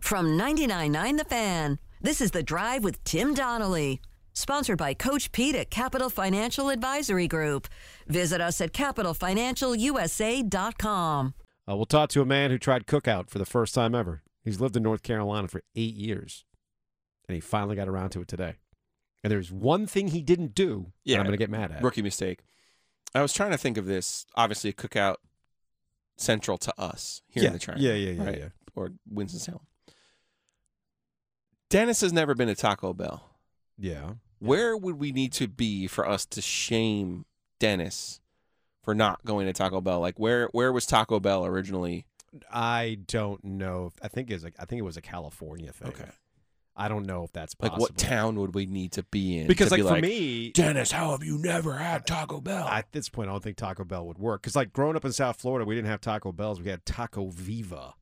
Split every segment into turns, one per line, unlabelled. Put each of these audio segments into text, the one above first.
From 99.9 The Fan, this is The Drive with Tim Donnelly. Sponsored by Coach Pete at Capital Financial Advisory Group. Visit us at capitalfinancialusa.com.
Uh, we'll talk to a man who tried cookout for the first time ever. He's lived in North Carolina for eight years, and he finally got around to it today. And there's one thing he didn't do. Yeah,
Yeah.
I'm going to get mad at.
Rookie mistake. I was trying to think of this. Obviously, cookout central to us here
yeah.
in the Triangle.
yeah, yeah, yeah,
right?
yeah.
Or Winston Salem. Dennis has never been to Taco Bell.
Yeah.
Where would we need to be for us to shame Dennis for not going to Taco Bell? Like where where was Taco Bell originally?
I don't know. If, I think it was a, I think it was a California thing. I don't know if that's
Like
possible.
what town would we need to be in?
Because
to
like, for me,
be Dennis, how have you never had Taco Bell?
at this point, I don't think Taco Bell would work. Because like growing up in South Florida, we didn't have Taco Bells. We had Taco Viva.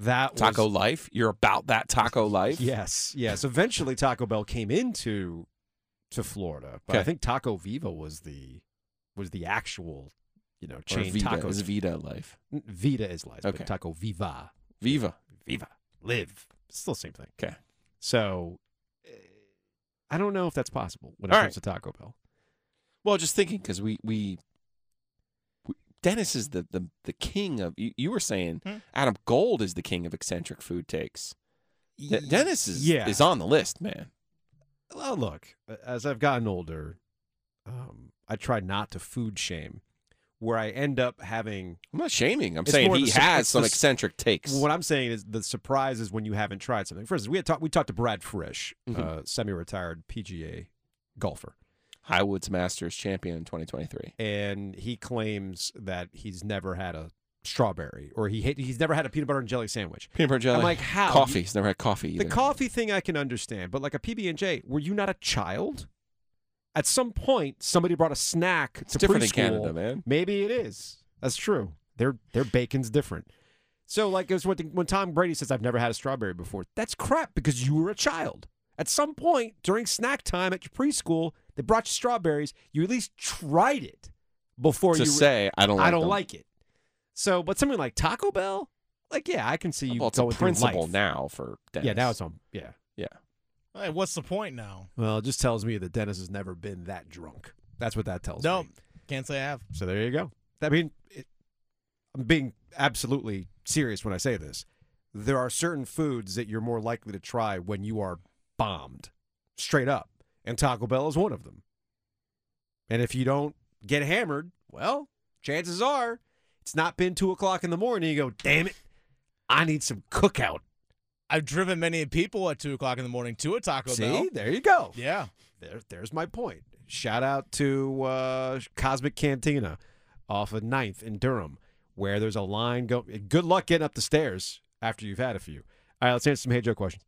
That
Taco
was,
Life? You're about that Taco Life?
Yes, yes. Eventually, Taco Bell came into to Florida, but I
Okay.
think Taco Viva was the was the actual you know
Or
chain
Vita.
taco.
Is Vita Life?
Vita is life,
Okay.
but Taco Viva,
Viva.
Viva, live, still same thing.
Okay.
So eh, I don't know if that's possible when it
All
comes to Taco Bell.
Well, just thinking because we, we we- Dennis is the the, the king of. You, you were saying
Hmm?
Adam Gold is the king of eccentric food takes. De- Dennis is
yeah.
is on the list, man.
Well, look, as I've gotten older, um, I try not to food shame, where I end up having
I'm not shaming. I'm
It's
saying
more
he
the su-
has
it's
some
the s-
eccentric takes.
What I'm saying is the surprise is when you haven't tried something. For instance, we had talked we talked to Brad Frisch,
Mhm.
uh, semi-retired PGA golfer,
Highwoods Masters champion in 2023.
and he claims that he's never had a strawberry or he hate, he's never had a peanut butter and jelly sandwich.
Peanut butter jelly.
I'm like, how?
Coffee.
You-
He's never had coffee either.
the coffee thing I can understand, but like a PB and J, were you not a child? At some point, somebody brought a snack
It's
to
different in
preschool.
Canada, man.
Maybe it is. That's true. Their their bacon's different. So like it's what the, when Tom Brady says I've never had a strawberry before. That's crap because you were a child. At some point during snack time at your preschool, they brought you strawberries. You at least tried it before
To
you
say I don't. Like
I don't
them.
like it. So, but something like Taco Bell, like yeah, I can see you
Well, it's a
going through
principle
life.
now for Dennis.
Yeah, now it's on. Yeah.
yeah.
Hey, what's the point now?
Well, it just tells me that Dennis has never been that drunk. That's what that tells me.
Nope. Can't say I have.
So there you go. I mean, it, I'm being absolutely serious when I say this. There are certain foods that you're more likely to try when you are bombed, straight up, and Taco Bell is one of them. And if you don't get hammered, well, chances are it's not been two o'clock in the morning. You go, damn it, I need some cookout.
I've driven many people at two o'clock in the morning to a Taco
See,
Bell.
there you go.
Yeah.
there, there's my point. Shout out to uh, Cosmic Cantina off of 9th in Durham, where there's a line. Go. Good luck getting up the stairs after you've had a few. All right, let's answer some Hey Joe questions.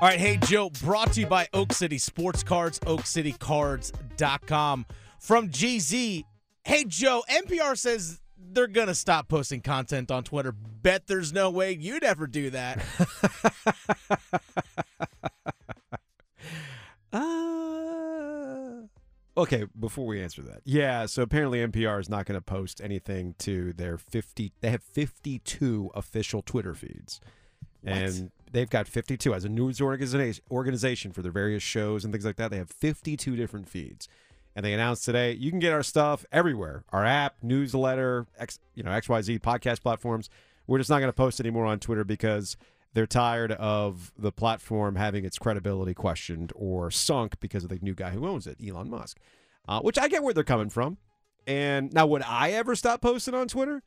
All right, hey Joe, brought to you by Oak City Sports Cards, oakcitycards.com. From GZ, hey Joe, NPR says they're going to stop posting content on Twitter. Bet there's no way you'd ever do that.
Uh, okay, before we answer that, yeah. So apparently NPR is not going to post anything to their 50. They have 52 official Twitter feeds, and they've got 52 as a news organization organization for their various shows and things like that. They have 52 different feeds, and they announced today you can get our stuff everywhere: our app, newsletter, X, you know X Y Z podcast platforms. We're just not going to post anymore on Twitter because they're tired of the platform having its credibility questioned or sunk because of the new guy who owns it, Elon Musk. Uh, which I get where they're coming from. And now, would I ever stop posting on Twitter?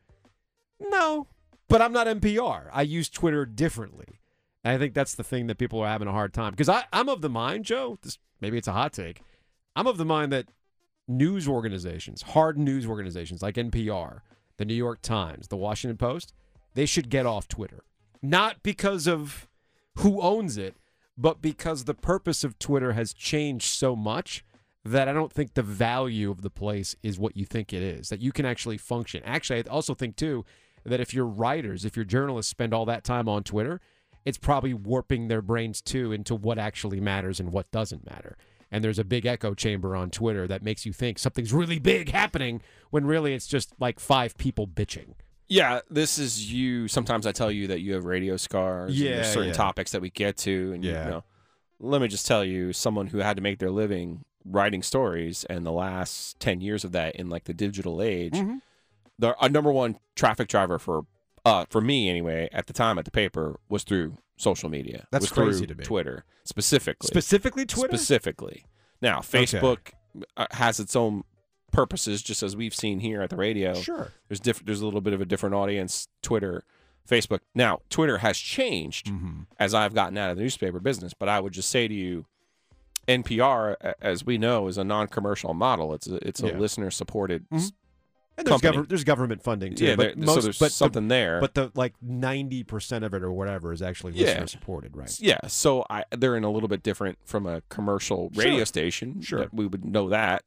No, but I'm not NPR. I use Twitter differently. And I think that's the thing that people are having a hard time because I'm of the mind, Joe. This, maybe it's a hot take. I'm of the mind that news organizations, hard news organizations like NPR, the New York Times, the Washington Post, they should get off Twitter. Not because of who owns it, but because the purpose of Twitter has changed so much that I don't think the value of the place is what you think it is, that you can actually function. Actually, I also think, too, that if your writers, if your journalists spend all that time on Twitter, it's probably warping their brains too into what actually matters and what doesn't matter. And there's a big echo chamber on Twitter that makes you think something's really big happening when really it's just like five people bitching.
Yeah, this is you. Sometimes I tell you that you have radio scars. and there's
Yeah,
certain
yeah.
topics that we get to, and
Yeah.
you know, let me just tell you, someone who had to make their living writing stories, and the last ten years of that in like the digital age,
Mhm.
the a number one traffic driver for uh for me anyway at the time at the paper was through social media.
That's
was through
crazy to me.
Twitter specifically.
Specifically, Twitter.
Specifically. Now, Facebook uh has its own purposes, just as we've seen here at the radio.
Sure.
There's different. There's a little bit of a different audience. Twitter, Facebook. Now, Twitter has changed
Mm-hmm.
as I've gotten out of the newspaper business. But I would just say to you, NPR, a- as we know, is a non-commercial model. It's a, it's a
Yeah.
listener-supported.
Mhm. And there's,
company.
gover- there's government funding too.
Yeah,
but
there-
most,
so there's
but the
something there.
But the like ninety percent of it or whatever is actually
Yeah.
listener supported, right?
Yeah, so I, they're in a little bit different from a commercial radio
Sure.
station.
Sure.
that we would know that.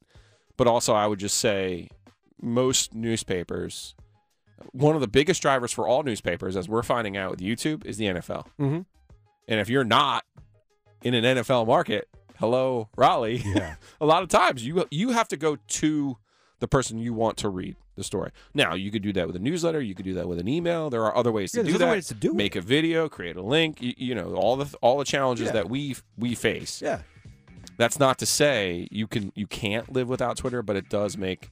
But also, I would just say most newspapers. One of the biggest drivers for all newspapers, as we're finding out with YouTube, is the NFL.
Mhm.
And if you're not in an NFL market, hello Raleigh.
Yeah.
a lot of times you you have to go to the person you want to read the story. Now you could do that with a newsletter. You could do that with an email. There are other ways
Yeah,
to
there's
do
other
that.
ways to do
Make
it.
a video, create a link. You, you know all the all the challenges
Yeah.
that we we face.
Yeah.
That's not to say you can you can't live without Twitter, but it does make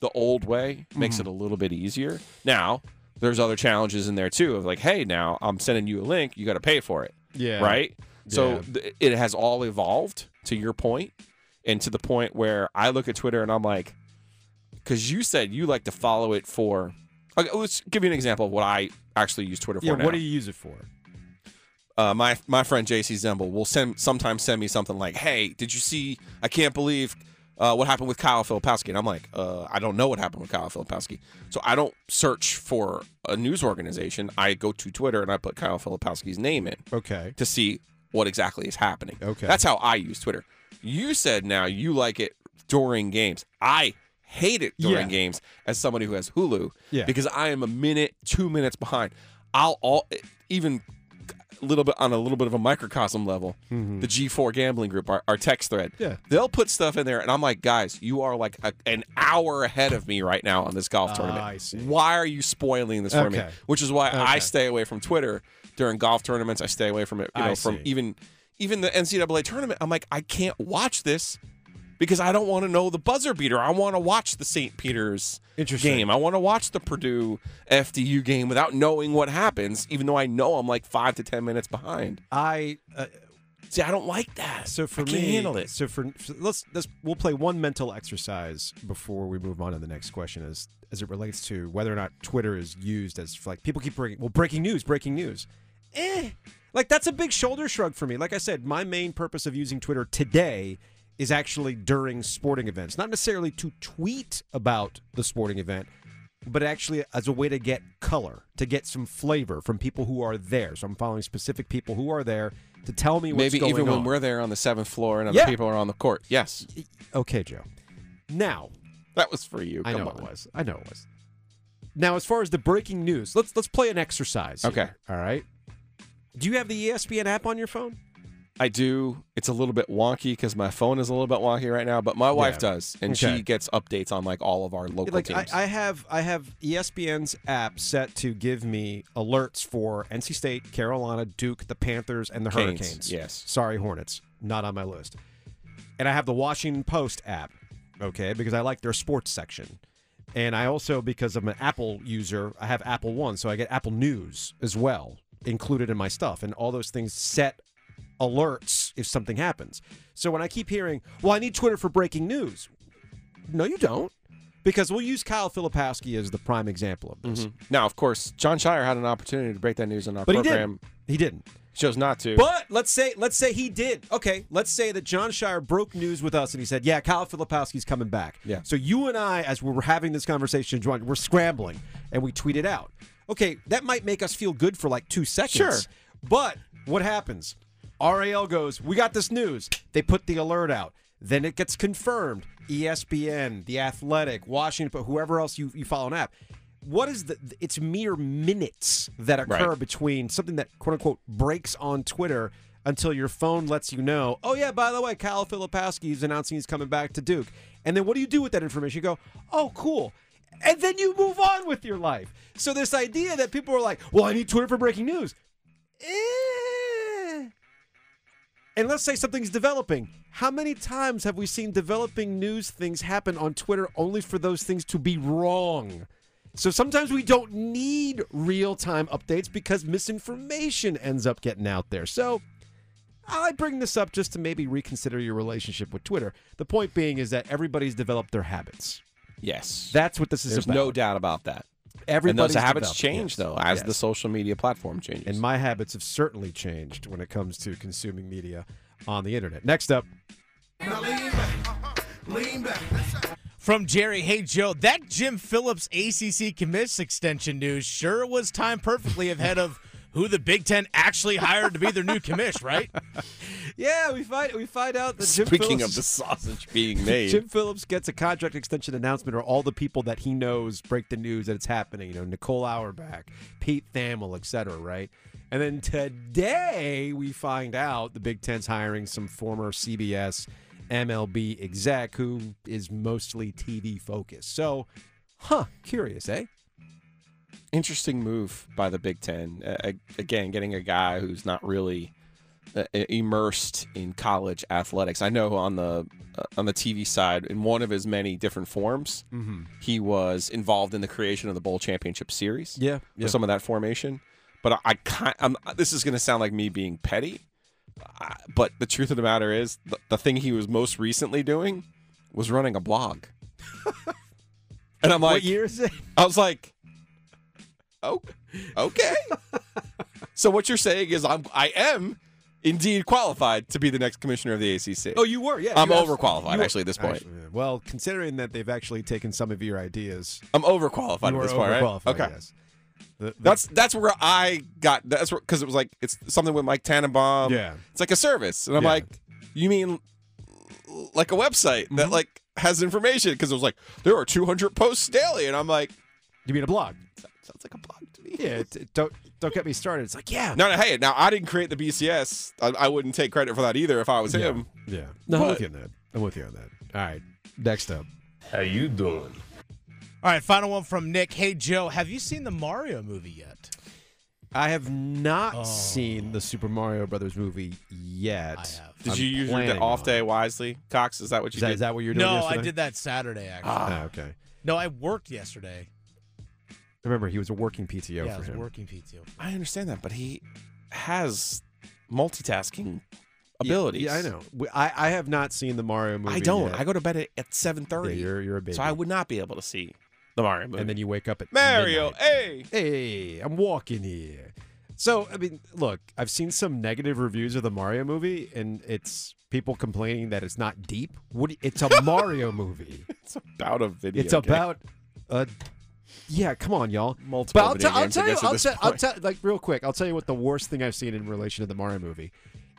the old way makes it
Mm-hmm.
a little bit easier. Now there's other challenges in there too of like, hey, now I'm sending you a link. You got to pay for it
Yeah.
right? So
Yeah.
th- it has all evolved to your point, and to the point where I look at Twitter and I'm like, because you said you like to follow it for. Okay, let's give you an example of what I actually use Twitter for.
Yeah.
now.
What do you use it for?
uh, my my friend JC Zemble will send sometimes send me something like, "Hey, did you see? I can't believe uh, what happened with Kyle Filipowski." And I'm like, uh, "I don't know what happened with Kyle Filipowski." So I don't search for a news organization. I go to Twitter and I put Kyle Filipowski's name in
Okay.
to see what exactly is happening.
Okay.
That's how I use Twitter. You said now you like it during games. I hate it during
Yeah.
games as somebody who has Hulu
Yeah.
because I am a minute, 2 minutes behind. I'll all even a little bit on a little bit of a microcosm level. The G4 gambling group, our, our text thread.
Mm-hmm. Yeah.
They'll put stuff in there and I'm like, "Guys, you are like a, an hour ahead of me right now on this golf
Ah,
tournament.
I see.
Why are you spoiling this for me?"
Okay.
Which is why I
Okay.
stay away from Twitter during golf tournaments. I stay away from it, you
I
know, from
see.
even even the NCAA tournament. I'm like, I can't watch this because I don't want to know the buzzer beater. I want to watch the St. Peter's
Interesting.
game. I want to watch the Purdue FDU game without knowing what happens, even though I know I'm like five to ten minutes behind.
I uh,
See, I don't like that.
so for
I can't
me,
handle it.
so for so let's let's we'll play one mental exercise before we move on to the next question as as it relates to whether or not Twitter is used as like people keep bringing well breaking news, breaking news. Eh, like that's a big shoulder shrug for me. Like I said, my main purpose of using Twitter today is actually during sporting events, not necessarily to tweet about the sporting event. But actually, as a way to get color, to get some flavor from people who are there. So I'm following specific people who are there to tell me what's
Maybe
going
even
on.
when we're there on the seventh floor and other
Yeah.
people are on the court. Yes,
Okay, Joe. Now
that was for you.
I
Come
know
on.
it was. I know it was. Now, as far as the breaking news, let's let's play an exercise. here,
Okay.
All right. Do you have the E ESPN app on your phone?
I do. It's a little bit wonky because my phone is a little bit wonky right now, but my wife
Yeah.
does, and
Okay.
she gets updates on like all of our local
Like I,
teams.
I have I have E ESPN's app set to give me alerts for NC State, Carolina, Duke, the Panthers, and the
Canes,
Hurricanes.
yes.
Sorry, Hornets. Not on my list. And I have the Washington Post app, okay, because I like their sports section. And I also, because I'm an Apple user, I have Apple One, so I get Apple News as well included in my stuff. And all those things set alerts if something happens. So when I keep hearing, well, I need Twitter for breaking news, no, you don't. Because we'll use Kyle Filipowski as the prime example of this.
Mm-hmm. now, of course, John Shire had an opportunity to break that news in our
But he
program.
didn't. He didn't.
Chose not to.
But let's say let's say he did. Okay, let's say that John Shire broke news with us and he said, "Yeah, Kyle Filipowski's coming back."
Yeah.
So you and I, as we're having this conversation, John, we're scrambling and we tweet it out. Okay, that might make us feel good for like two seconds.
Sure.
But what happens? RAL goes, "We got this news." They put the alert out. Then it gets confirmed. E ESPN, The Athletic, Washington, whoever else you, you follow an app. What is the? It's mere minutes that occur
Right.
between something that quote unquote breaks on Twitter until your phone lets you know, oh yeah, by the way, Kyle Filipowski is announcing he's coming back to Duke. And then what do you do with that information? You go, oh cool. and then you move on with your life. So this idea that people are like, "Well, I need Twitter for breaking news," eh. and let's say something's developing. How many times have we seen developing news things happen on Twitter only for those things to be wrong? So sometimes we don't need real time updates because misinformation ends up getting out there. So I bring this up just to maybe reconsider your relationship with Twitter. The point being is that everybody's developed their habits.
Yes.
That's what this is
There's
about.
no doubt about that. and
Everybody's
those habits
developed,
change,
yes.
though, as
Yes.
the social media platform changes.
And my habits have certainly changed when it comes to consuming media on the internet. Next up,
From Jerry, hey Joe, that Jim Phillips ACC commiss extension news sure was timed perfectly ahead of who the Big Ten actually hired to be their new commish, right?
yeah, we find we find out that Jim
Speaking
Phillips,
of the sausage being made,
Jim Phillips gets a contract extension announcement, or all the people that he knows break the news that it's happening. You know, Nicole Auerbach, Pete Thamel, et cetera, right? And then today we find out the Big Ten's hiring some former CBS MLB exec who is mostly TV focused. So, huh, curious, eh?
interesting move by the Big Ten. Uh, ag- again, getting a guy who's not really uh, immersed in college athletics. I know on the uh, on the TV side, in one of his many different forms,
Mm-hmm.
he was involved in the creation of the bowl championship series.
Yeah,
with some of that formation. But I, I kind, I'm, this is going to sound like me being petty, I, but the truth of the matter is, the, the thing he was most recently doing was running a blog. and I'm
What
like,
year is it?
I was like, oh, okay. so what you're saying is I'm I am indeed qualified to be the next commissioner of the ACC.
Oh, you were, yeah.
I'm
you abs-
overqualified,
you were-
actually, at this point.
Actually, yeah. well, considering that they've actually taken some of your ideas,
I'm overqualified
you
at
were
this point, right?
overqualified.
Okay.
yes. The- the-
That's that's where I got that's because it was like it's something with Mike Tannenbaum.
Yeah.
it's like a service, and I'm
Yeah.
like, you mean like a website
Mm-hmm.
that like has information? Because it was like there are 200 posts daily, and I'm like,
you mean a blog?
sounds like a blog to me.
Yeah. It, it- don't don't get me started. It's like yeah.
No, no, hey, now I didn't create the BCS. I, I wouldn't take credit for that either if I was him.
Yeah. No, I'm
But-
with you on that. I'm with you on that. All right. Next up.
How you doing?
All right, final one from Nick. Hey Joe, have you seen the Mario movie yet?
I have not
Oh.
seen the Super Mario Brothers movie yet.
I have.
Did
I'm
you use your
planning
da- off
on
day
it.
wisely, Cox? Is that what you
Is that,
did?
is that what you're doing?
No, I
yesterday?
did that Saturday actually.
Ah, okay.
no, I worked yesterday.
Remember, he was a working PTO
yeah, I
for
was
him.
working PTO.
I understand that, but he has multitasking
Yeah,
abilities.
Yeah, I know. We- I, I have not seen the Mario movie.
I don't.
yet.
I go to bed at, at 7:30.
Yeah, you're, you're a baby.
So I would not be able to see the Mario movie.
and then you wake up at
Mario,
midnight.
hey.
Hey, I'm walking here. So I mean, look, I've seen some negative reviews of the Mario movie, and it's people complaining that it's not deep. What? do you- It's a Mario movie.
It's about a video.
It's about uh, yeah. Come on, y'all.
Multiple
I'll,
video
tell- I'll
games, I
tell you.
guess, at
I'll,
this
tell- I'll
point.
tell like real quick. I'll tell you what the worst thing I've seen in relation to the Mario movie.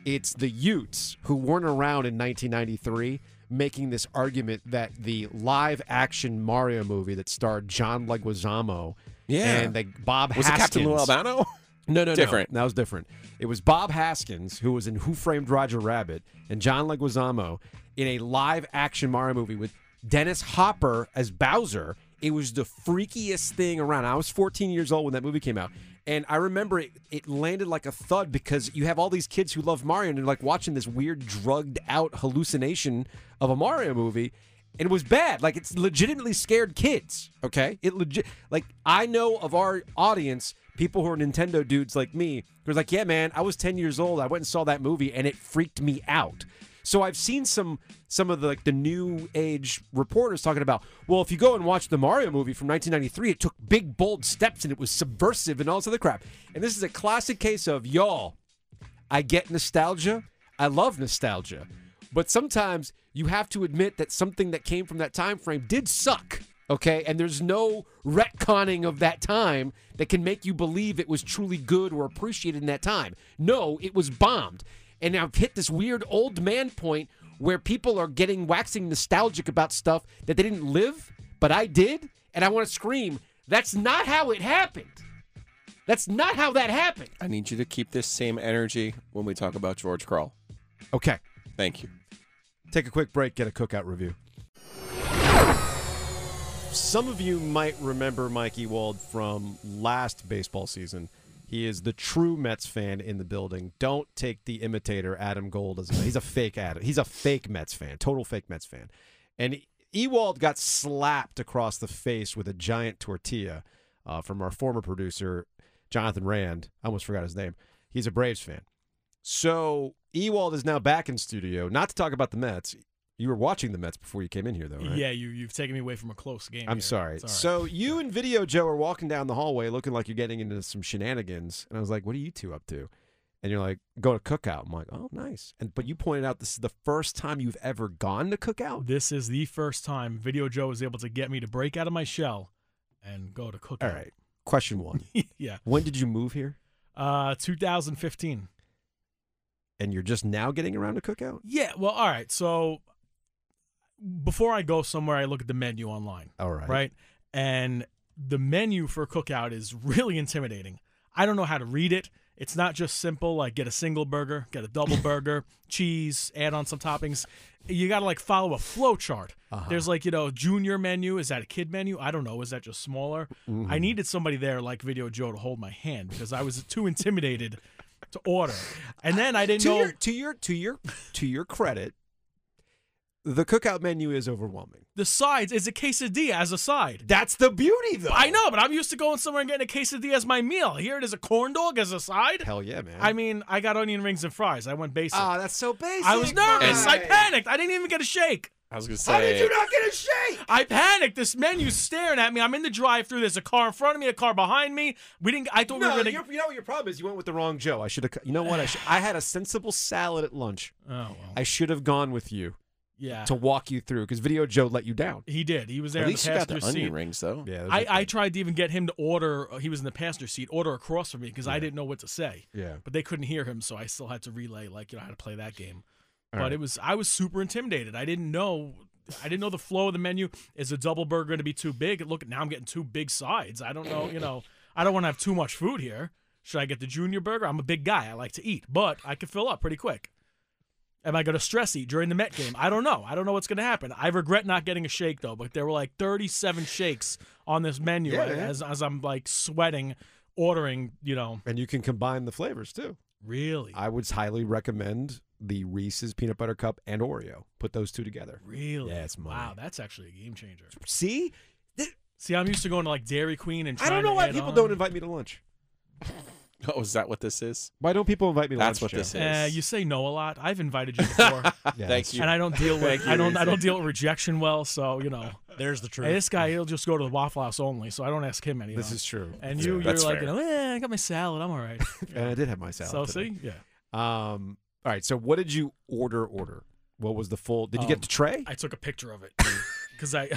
It's the Utes who weren't around in 1993 making this argument that the live action Mario movie that starred John Leguizamo
Yeah.
and like Bob
Was it Captain Lou
Haskins-
Albano?
no, no,
Different.
no. That was different. It was Bob Haskins, who was in Who Framed Roger Rabbit, and John Leguizamo in a live action Mario movie with Dennis Hopper as Bowser. It was the freakiest thing around. I was 14 years old when that movie came out. And I remember it, it landed like a thud because you have all these kids who love Mario and they're like watching this weird, drugged out hallucination of a Mario movie and it was bad. Like it's legitimately scared kids. Okay, it legit. Like I know of our audience, people who are Nintendo dudes like me, who's like, yeah, man, I was ten years old. I went and saw that movie, and it freaked me out. So I've seen some some of the, like the new age reporters talking about. Well, if you go and watch the Mario movie from 1993, it took big bold steps and it was subversive and all this other crap. And this is a classic case of y'all. I get nostalgia. I love nostalgia. But sometimes you have to admit that something that came from that time frame did suck. Okay, and there's no retconning of that time that can make you believe it was truly good or appreciated in that time. No, it was bombed. And I've hit this weird old man point where people are getting waxing nostalgic about stuff that they didn't live, but I did, and I want to scream, that's not how it happened. That's not how that happened.
I need you to keep this same energy when we talk about George Kroll.
Okay.
Thank you.
Take a quick break, get a cookout review. some of you might remember Mikey Wald from last baseball season. He is the true Mets fan in the building. Don't take the imitator Adam Gold as a, he's a fake Adam. He's a fake Mets fan, total fake Mets fan. And Ewald got slapped across the face with a giant tortilla uh, from our former producer Jonathan Rand. I almost forgot his name. He's a Braves fan. So Ewald is now back in studio, not to talk about the Mets. You were watching the Mets before you came in here, though, right?
Yeah, you you've taken me away from a close game.
I'm
here.
sorry.
It's all
So
right.
you and Video Joe are walking down the hallway looking like you're getting into some shenanigans, and I was like, "What are you two up to?" And you're like, "Go to cookout." I'm like, "Oh, nice." And but you pointed out this is the first time you've ever gone to cookout.
this is the first time Video Joe was able to get me to break out of my shell and go to cook.
All right. Question one:
yeah.
When did you move here?
Uh, 2015.
And you're just now getting around to cookout?
Yeah. Well, all right. So before I go somewhere, I look at the menu online.
All right.
right? And the menu for cookout is really intimidating. I don't know how to read it. It's not just simple like get a single burger, get a double burger, cheese, add on some toppings. You got to like follow a flow chart.
Uh-huh.
There's like, you know, junior menu, is that a kid menu? I don't know, is that just smaller?
Mm-hmm.
I needed somebody there like Video Joe to hold my hand because I was too intimidated to order. And then I didn't
To
know
your to your to your to your credit, the cookout menu is overwhelming.
the sides is a quesadilla as a side.
That's the beauty, though.
I know, but I'm used to going somewhere and getting a quesadilla as my meal. Here it is a corn dog as a side.
Hell yeah, man.
I mean, I got onion rings and fries. I went basic.
ah, that's so basic.
I was nervous. I
Mike.
panicked. I didn't even get a shake.
I was gonna say.
How did you not get a shake?
I panicked. This menu's staring at me. I'm in the drive-through. There's a car in front of me, a car behind me. We didn't. I thought we
No,
were gonna.
you're- you know what your problem is. You went with the wrong Joe. I should have. You know what? I should, I had a sensible salad at lunch.
Oh well.
I should have gone with you
Yeah.
to walk you through because Video Joe let you down.
He did. He was there
At
in the
least you got
passenger
the
seat.
onion rings though.
Yeah,
I, I tried to even get him to order. He was in the passenger seat. Order across from me because I didn't know what to say.
yeah.
But they couldn't hear him, so I still had to relay, like you know, how to play that game.
All
but
right.
it was I was super intimidated. I didn't know I didn't know the flow of the menu. Is a double burger going to be too big? Look, now I'm getting two big sides. I don't know. You know, I don't want to have too much food here. Should I get the junior burger? I'm a big guy. I like to eat, but I can fill up pretty quick. Am I going to stress eat during the Met game? I don't know. I don't know what's going to happen. I regret not getting a shake though. But there were like 37 shakes on this menu
Yeah, man.
as as I'm like sweating, ordering. You know,
And you can combine the flavors too.
really,
I would highly recommend the Reese's peanut butter cup and Oreo. Put those two together.
really.
Yeah, it's money.
wow. That's actually a game changer.
See,
See, I'm used to going to like Dairy Queen and
I don't
trying
know
to
why
add
people
on.
don't invite me to lunch.
Oh, is that what this is?
Why don't people invite me? to
That's
lunch,
what this
Joe?
is.
Uh, you say no a lot. I've invited you before,
Yeah,
Thank you.
and I don't deal with
Thank you,
I don't I don't
Reese.
deal with rejection well. So you know,
There's the
Hey,
truth.
this guy he'll just go to the Waffle House only. So I don't ask him anything.
This is true.
and you you're
That's
like
fair.
you know, eh, I got my salad. I'm all right.
And I did have my salad.
so
today.
see, yeah,
Um. All right. So what did you order? Order. What was the full? Did you get
Um,
the tray?
I took a picture of it because I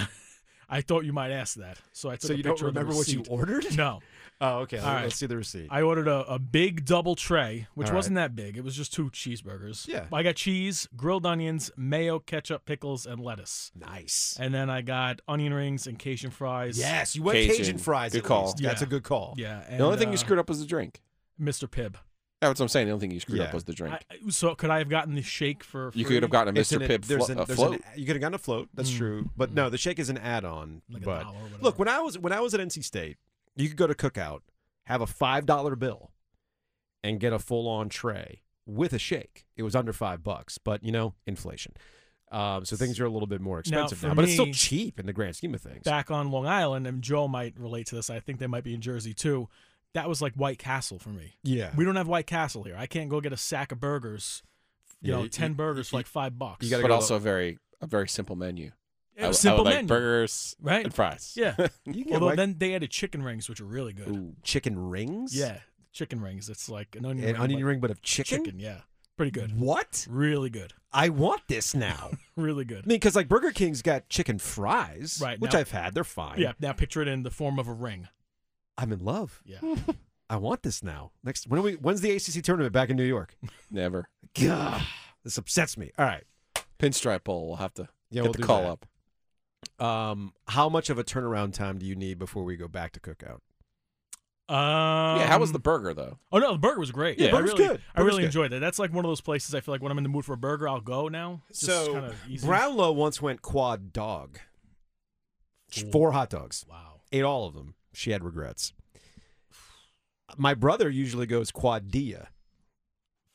I thought you might ask that. So I took
so
a
you don't
picture of the
remember what you
receipt.
ordered?
No,
Oh, okay.
All right.
Let's see the receipt.
I ordered a, a big double tray, which
All right.
wasn't that big. It was just two cheeseburgers.
Yeah.
I got cheese, grilled onions, mayo, ketchup, pickles, and lettuce.
nice.
And then I got onion rings and Cajun fries.
Yes, you went Cajun,
Cajun.
fries.
Good
at
call.
least. That's a
Yeah.
good call.
Yeah. And,
the only thing
uh,
you screwed up was the drink.
Mr. Pibb.
That's what I'm saying. The only thing you screwed
Yeah.
up was the drink.
I, so could I have gotten the shake for?
you
free?
could have gotten a
It's
Mr.
an-
Pibb
there's
flo-
an-
a
there's
float.
An, you could have gotten a float. That's true. But no, the shake is an add-on.
Mm. Like a
but
dollar or whatever.
look, when I was when I was at NC State, you could go to Cookout, have a five dollar bill, and get a full-on tray with a shake. It was under five bucks, but you know, inflation. Um, so things are a little bit more expensive now,
for
but it's still
me-
cheap in the grand scheme of things.
back on Long Island, and Joe might relate to this. I think they might be in Jersey too. That was like White Castle for me.
yeah,
We don't have White Castle here. I can't go get a sack of burgers. You
Yeah,
know,
you-
ten
you-
burgers for
you-
like five bucks.
you gotta
but
go
also a very a very simple menu.
It
I- I
was
would
simple
like
menu,
burgers
right?
and fries.
Yeah.
You can get
Although
like
then they added chicken rings, which are really good.
Ooh.
chicken rings.
Yeah, chicken rings. It's like an onion
an
ring,
onion
but
ring, but of chicken.
chicken. Yeah, pretty good.
What?
Really good.
I want this now. I
Really good.
mean, because like Burger King's got chicken fries,
Right,
Which
now-
I've had. They're fine.
Yeah. Now picture it in the form of a ring.
I'm in love.
Yeah.
I want this now. Next, when are we? When's the ACC tournament back in New York?
Never.
Gah, this upsets me. All right.
Pinstripe bowl. We'll have to
Yeah,
get
we'll do
the call
that.
up.
Um, how much of a turnaround time do you need before we go back to cookout?
Um,
yeah, how was the burger though?
Oh no, the burger was great.
Yeah,
I
burger's
really,
good.
I
Burger's
really
good.
enjoyed it. That's like one of those places I feel like when I'm in the mood for a burger, I'll go now. Just kinda easy.
Brownlow once went quad dog. Four hot dogs.
Wow.
Ate all of them. She had regrets. My brother usually goes quadilla.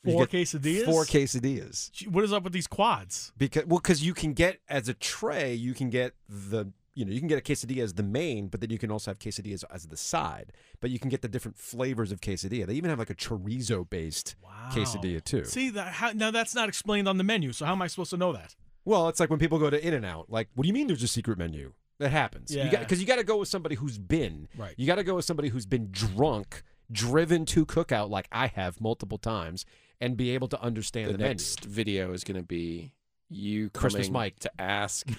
You
Four
get
quesadillas.
Four quesadillas.
Gee, What is up with these quads?
Because well, because you can get as a tray, you can get the you know you can get a quesadilla as the main, but then you can also have quesadillas as the side. But you can get the different flavors of quesadilla. They even have like a chorizo based
Wow.
quesadilla too.
See that? How, now that's not explained on the menu. So how am I supposed to know that?
Well, it's like when people go to In and Out. Like, what do you mean there's a secret menu? That happens. You
Yeah.
Because you got to go with somebody who's been.
Right.
You got to go with somebody who's been drunk, driven to cookout like I have multiple times, and be able to understand
the
the,
next video is going to be you
Christmas
coming
Mike.
to ask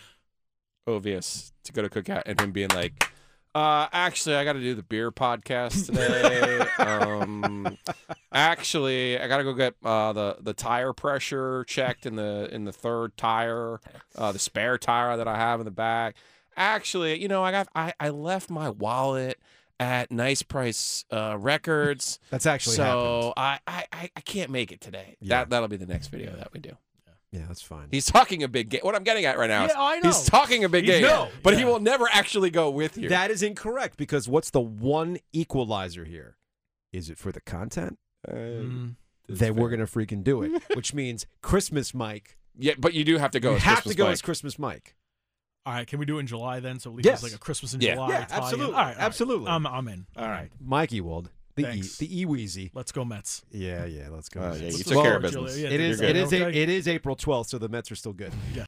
Ovius to go to cookout and him being like, uh, actually, I got to do the beer podcast today. um, actually, I got to go get uh, the the tire pressure checked in the in the third tire, uh, the spare tire that I have in the back. Actually, you know, I got I, I left my wallet at Nice Price uh, Records
menu. That's actually
so I, I I I can't make it today.
Yeah.
That that'll be the next video that we do.
Yeah, that's fine.
He's talking a big game. What I'm getting at right now is
Yeah, I
he's
know.
talking a big
He's-
game.
no,
but he
yeah.
will never actually go with you.
That is incorrect because what's the one equalizer here? Is it for the content?
Uh,
Mm.
Then we're gonna freaking do it, which means Christmas Mike.
yeah, but you do have to go.
you
as
have
Christmas
to go
Mike.
as Christmas Mike.
All right. Can we do it in July then? So at least
Yes.
it's like a Christmas in
Yeah.
July.
Yeah,
tie-in.
absolutely,
All right, all right.
absolutely.
I'm, I'm in.
All right, Mike Ewald, the e,
Thanks.
the Eweezy.
Let's go Mets.
Yeah, yeah, let's go.
Oh, yeah, you
Let's
took
go,
care of
Julia.
business.
Yeah,
It
you're
is.
good.
It is.
Okay.
A, it is April twelfth, so the Mets are still good.